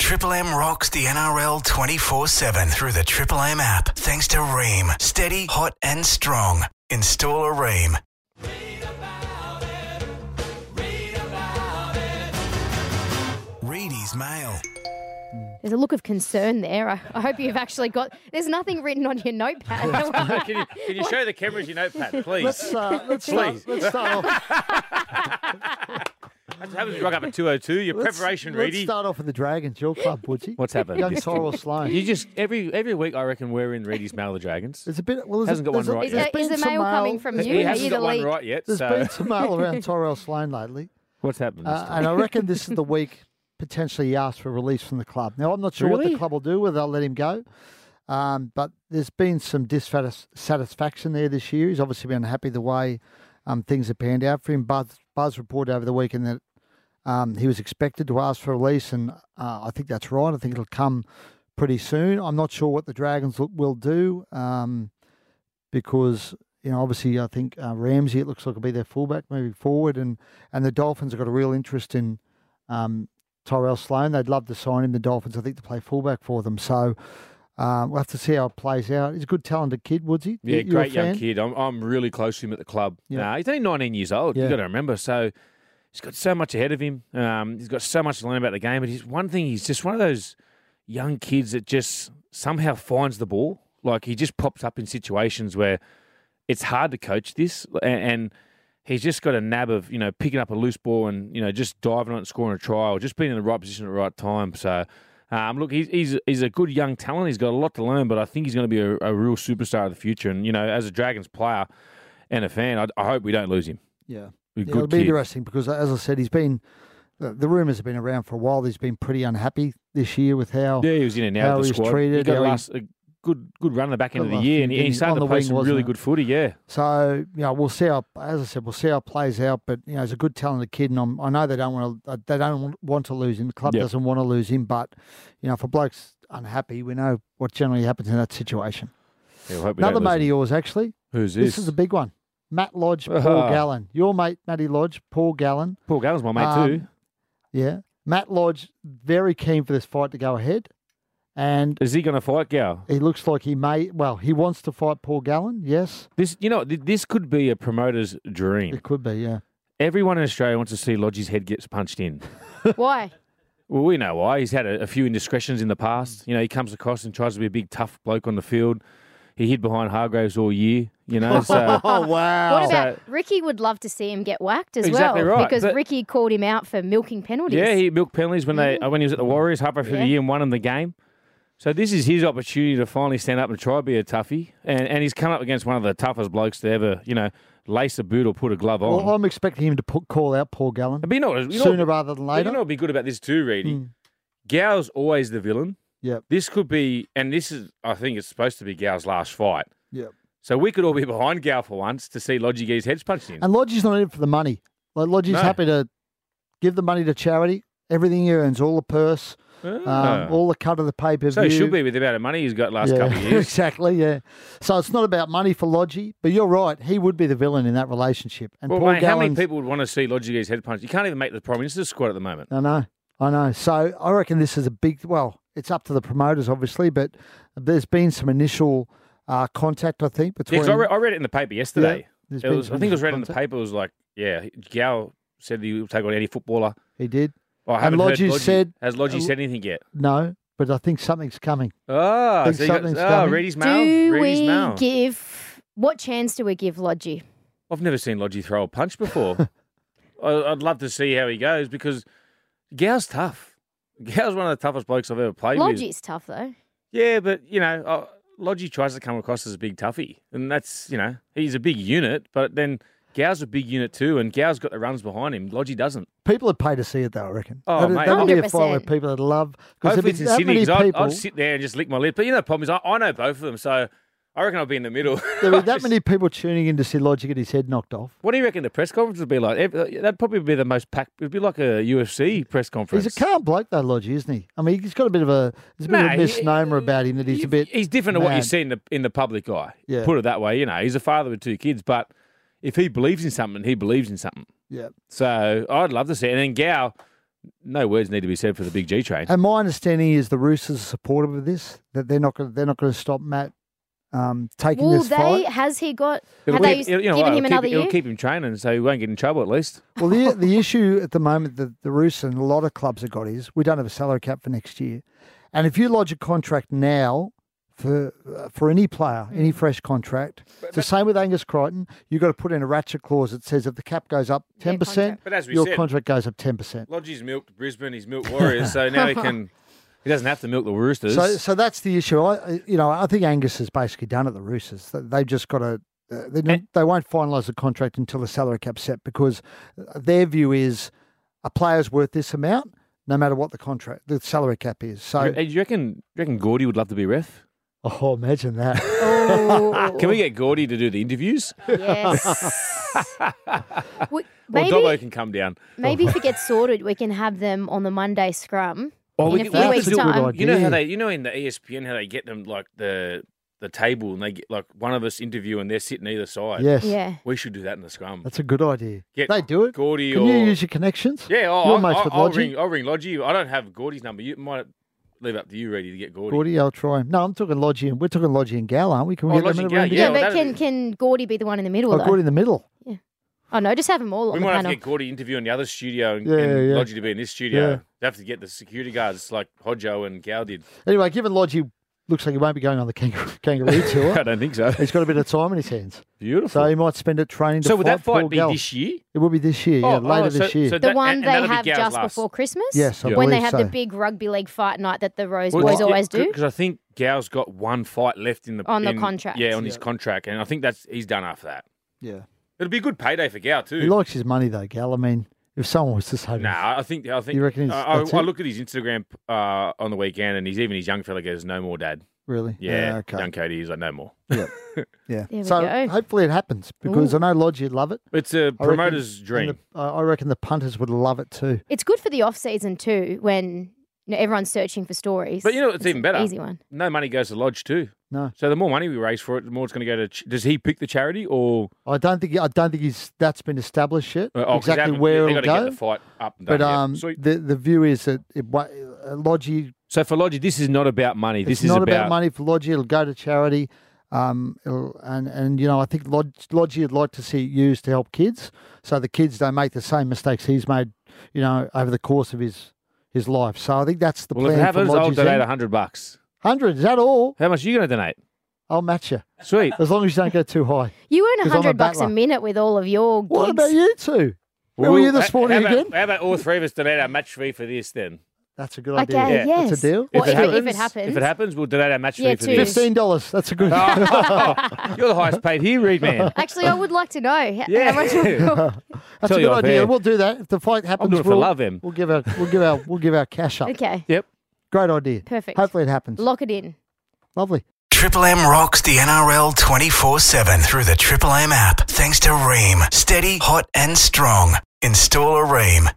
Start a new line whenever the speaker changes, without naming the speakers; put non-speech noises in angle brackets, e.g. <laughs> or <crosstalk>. Triple M rocks the NRL 24 7 through the Triple M app. Thanks to Ream. Steady, hot, and strong. Install a Ream. Reedy's Mail.
There's a look of concern there. I, I hope you've actually got. There's nothing written on your <laughs> notepad.
<laughs> can you, can you show the cameras your notepad, please?
Let's, uh, let's, start,
Please.
let's
<laughs>
start off.
That's what happens if you rock up at 202. Your
Let's,
preparation,
let's
Reedy.
start off with the Dragons. Your club, Woodsy.
What's happened?
Young Cyril Sloan.
You just every every week I reckon we're in Reedy's Mail the Dragons.
There's a bit. Well, there's
Hasn't
a,
got one
there's a-
right
is,
yet.
there's
there,
been
is the
some
mail coming from you?
He
Are
hasn't
you
got
the
one
lead?
right yet.
There's
So
been some mail around Tyrell Sloan lately,
What's happened? this
uh,
time?
and I reckon
<laughs>
this is the week potentially he asks for release from the club. Now I'm not sure what
Really?
the club will do, whether they'll let him go. Um, but there's been some dissatisfaction there this year. He's obviously been unhappy the way um, things have panned out for him. Buzz, Buzz reported over the weekend that um, he was expected to ask for release, and uh, I think that's right. I think it'll come pretty soon. I'm not sure what the Dragons will- will do um, because you know obviously I think uh, Ramsey it looks like will be their fullback moving forward, and and the Dolphins have got a real interest in um, Tyrell Sloan. They'd love to sign him. The Dolphins I think to play fullback for them, so. Um, we'll have to see how it plays out. He's a good, talented kid, Woodsy.
Yeah,
You- you're a
great young
fan?
kid. I'm, I'm really close to him at the club.
Yeah.
Nah, he's only 19 years old.
Yeah.
You've got to remember. So he's got so much ahead of him. Um, he's got so much to learn about the game. But he's one thing. He's just one of those young kids that just somehow finds the ball. Like he just pops up in situations where it's hard to coach this, and, and he's just got a nab of you know picking up a loose ball and you know just diving on it, and scoring a try, or just being in the right position at the right time. So. Um, look, he's, he's he's a good young talent. He's got a lot to learn, but I think he's going to be a, a real superstar of the future. And you know, as a Dragons player and a fan, I, I hope we don't lose him.
Yeah.
He's a
Yeah,
good
it'll be
kid.
interesting because, as I said, he's been the, the rumours have been around for a while. He's been pretty unhappy this year with how
Yeah, he was in and out
How
of
he
the
was
squad.
treated,
he got
how he-
last, a good good run in the back end
Got
of the
last
year,
few,
and he,
didn't
he
he?
started
On
to
the
play
wing,
some
wasn't
really
it?
good footy. Yeah,
So you know, we'll see how, as I said, we'll see how it plays out. But you know, he's a good, talented kid, and I'm, I know they don't want to, they don't want to lose him. The club
Yeah.
doesn't want to lose him, but you know, if a bloke's unhappy, we know what generally happens in that situation.
Yeah, I hope we
Another
don't lose
mate of
him.
yours, actually.
Who's
This,
this?
is a big one.
<laughs>
Matt Lodge, Paul
Ah.
Gallen, your mate, Matty Lodge, Paul Gallen.
Paul Gallen's my mate
Um,
too.
Yeah, Matt Lodge, very keen for this fight to go ahead, and
Is he going to fight Gal?
He looks like he may. Well, he wants to fight Paul Gallen. Yes,
This, you know, what, th- this could be a promoter's dream.
it could be. Yeah,
Everyone in Australia wants to see Lodge's head gets punched in.
Why?
Well, we know why. He's had a, a few indiscretions in the past. You know, he comes across and tries to be a big tough bloke on the field. He hid behind Hargraves all year. You know, so
Oh,
wow! Ah, What about
So-
Ricky? Would love to see him get whacked as
Exactly
well
right,
because
but-
Ricky called him out for milking penalties.
yeah, he milked penalties when they uh, when he was at the Warriors halfway through
Yeah.
the year and won him the game. So this is his opportunity to finally stand up and try to be a toughie. And and he's come up against one of the toughest blokes to ever you know lace a boot or put a glove on.
Well, I'm expecting him to put, call out Paul Gallen
but you know, you know-
sooner rather than
Well,
later.
You know what'd be good about this too, Reedy? Gal's always the villain.
Hmm. Yep.
This could be, and this is, I think it's supposed to be Gal's last fight.
Yep.
So we could all be <laughs> behind Gal for once to see Lodgy get his heads punched in.
and Lodge is not in it for the money. Like Lodge is
No.
happy to give the money to charity. Everything he earns, all the purse, um,
Ah.
all the cut of the pay per view.
so he should be with the amount of money he's got last
yeah,
couple of years.
<laughs> exactly. Yeah. So it's not about money for Lodgy, but you're right. He would be the villain in that relationship. And
well,
Paul
mate, how many
Gallen's-
people would want to see Lodgy get his head punched? You can't even make the Prime Minister's squad at the moment.
I know. I know. So I reckon this is a big, well, it's up to the promoters, obviously, but there's been some initial uh, contact, I think,
Yeah,
between.
'cause I, re- I read it in the paper yesterday.
there's
It
been
was, I
some
think it was read in the
contact.
paper. It was like, yeah, Gal said he would take on any footballer.
He did.
Oh, I
And
haven't heard
Lodgy's
Lodgy.
said-
has Lodgy said anything yet?
No, but I think something's coming.
Oh,
Think
so you got,
something's
oh
coming?
Reedy's mail.
Do
Reedy's
we
mail.
give what chance do we give Lodgy?
I've never seen Lodgy throw a
<laughs>
punch before. I- I'd love to see how he goes because Gow's tough. Gow's one of the toughest blokes I've ever played with.
Lodgy's tough though.
Yeah, but you know, uh, Lodgy tries to come across as a big toughie, and that's you know he's a big unit, but then. Gow's a big unit too, and Gow's got the runs behind him. Lodgy doesn't.
People would pay to see it, though, I reckon.
Oh,
that'd,
mate.
that'd be a fight where
100%.
people would love. Because
Hopefully
there'd
it's
be
in
that
Sydney
many
because I'd,
people.
I'd
<laughs>
sit there and just lick my lip. But you know the problem is I, I know both of them, so I reckon I'll be in the middle.
There'd
<laughs>
be that many people tuning in to see Logic get his head knocked off.
What do you reckon the press conference would be like? Ev- uh, That'd probably be the most packed. It'd be like a UFC press conference.
He's a calm bloke, though, Lodgy, isn't he? I mean, he's got a bit of a, there's a, bit of
Nah,
a
he-
misnomer about him that he's a
You-
bit.
He's different to what you
mad.
see in the in the public eye.
Yeah.
Put it that way. You know, he's a father with two kids, but if he believes in something, he believes in something.
Yeah.
So I'd love to see. It. And then Gao, no words need to be said for the big G train.
And my understanding is the Roosters are supportive of this. That they're not gonna, they're not going to stop Matt um, taking
Will
this
they?
fight.
Has he got?
It'll
Have they
keep-
s-
it'll- you know
given
what,
him
it'll
another
keep,
year?
It'll keep him training, so he won't get in trouble at least.
<laughs>
Well, the the issue at the moment that the Roosters and a lot of clubs have got is we don't have a salary cap for next year, and if you lodge a contract now for uh, for any player,
Hmm.
any fresh contract, it's the same with Angus Crichton. You've got to put in a ratchet clause that says if the cap goes up ten percent,
contract.
But as we
your
said-
contract goes up ten percent.
Lodgy's milked Brisbane, he's milked Warriors, so now he can. <laughs> He doesn't have to milk the Roosters.
So, so that's the issue. I, you know, I think Angus has basically done at the Roosters. They- They've just got to. Uh, they, don't- they won't finalise the contract until the salary cap's set because uh, their view is a player's worth this amount, no matter what the contract, the salary cap is.
Do you-
So,
hey, do you reckon? do you reckon Gordy would love to be ref?
oh,
<laughs>
imagine that.
Oh,
Can we get Gordy to do the interviews?
yes.
<laughs>
We-
Or
maybe
Dobbo can come down.
maybe
<laughs>
if it gets sorted, we can have them on the Monday scrum.
Oh,
In a
could-
few
could
weeks'
do-
time.
You know how
idea.
they, you know, in the E ESPN, how they get them like the the table, and they get like one of us interview, and they're sitting either side.
yes,
Yeah.
we should do that in the scrum.
that's a good idea.
Get
they do it.
Gordy
Can
or
you use your connections?
yeah, oh,
You're
I'll,
mates
I'll,
with
I'll
Lodgy.
ring. I'll ring Lodgy. I don't have Gordy's number. You might leave it up to you, Reedy, to get Gordy.
Gordy, I'll try him. No, I'm talking Lodgy and we're talking Lodgy and Gal, aren't we? Can we
Oh,
get
Lodgy
them in
and
a room
Gal,
Yeah,
Yeah,
together?
well,
but
that'd
can can Gordy be the one in the middle
Oh,
though?
Gordy in the middle.
Oh no, just have them all on
We
the
might have
panel.
to get Gordy interview in the other studio and,
Yeah,
and
yeah, yeah.
Lodgy to be in this studio.
Yeah.
They have to get the security guards like Hodjo and Gow did.
Anyway, given Lodgy looks like he won't be going on the kangaroo, <laughs> kangaroo
<laughs>
tour.
don't think so.
He's got a bit of time in his hands,
Beautiful.
so
So,
he might spend it training. to
would that
fight
fight
Paul
be
Gallen.
this year?
It will be this year, yeah,
Oh,
later
oh, so-
this year.
so
the
that-
one
and- and
they
that'll be
have
Gow's
just
last.
before Christmas.
yes, I
Yeah.
when they
believe
have
so.
the big rugby league fight night that the Rose
Well,
boys always do.
Because I think Gow's got one fight left in the
On the
in-
contract.
Yeah, on his contract, and I think that's he's done after that.
yeah,
It'll be a good payday for Gow too.
he likes his money though, Gal. I mean, if someone was to say, to him,
Nah, I think I think
You reckon he's-
I, I,
that's
I
it?
look at his Instagram uh, on the weekend, and he's even his young fella goes, "No more, Dad."
really,
Yeah,
okay,
young Cody. He's like, "No more."
yeah."
There we
so
go.
hopefully it happens because I know Lodge would love it.
It's a
I reckon-
promoter's
and
dream.
the- I I reckon the punters would love it too.
It's good for the off season too when you know, everyone's searching for stories.
But you know, it's even
an
better.
Easy one.
no money goes to lodge too.
No.
So the more money we raise for it, the more it's going to go to. Ch- Does he pick the charity or
I don't think I don't think he's that's been established yet
uh, oh, 'cause they
exactly
haven't-
where
they
it'll
gotta
go.
Get the fight up and
but
done yet.
um,
Sweet.
the the view is that it, wa- uh, Lodgy
so for Lodgy, this is not about money. This
it's
is
not about, money for Lodgy. It'll go to charity. Um, it'll, and and you know, I think Lodge, Lodgy would like to see it used to help kids, so the kids don't make the same mistakes he's made, you know, over the course of his his life. So I think that's the
Well, if
plan
it happens,
for
I'll
Lodgy's
donate a hundred bucks.
Hundred is that all?
How much are you going to donate?
I'll match you
Sweet.
as long as you don't go
<laughs>
too high.
You earn
'Cause I'm a
hundred bucks a
battler.
minute with all of your gigs.
What about you two? Where were
Well,
you this
how-
morning
how about-
again?
How about all three of us donate our match fee for this then?
That's a good
Okay,
idea.
yes.
That's a deal.
Well,
Let's
if,
do
it, if it happens,
if it happens, we'll donate our match
Yeah,
fee for
two.
this.
Fifteen dollars. That's a
<laughs>
good.
Oh, you're the highest paid here, Reed man.
actually, I would like to know. h- how
Yeah. <laughs>
much-
that's
Tell
a
you
good
off
idea.
air.
We'll do that if the fight happens.
doing it for
we'll,
love, Em.
We'll give our we'll give our we'll give our cash up.
okay,
Yep.
Great idea.
Perfect.
Hopefully it happens.
lock it in.
Lovely.
Triple M rocks the NRL 24 7 through the Triple M app thanks to Ream. Steady, hot, and strong. Install a Ream.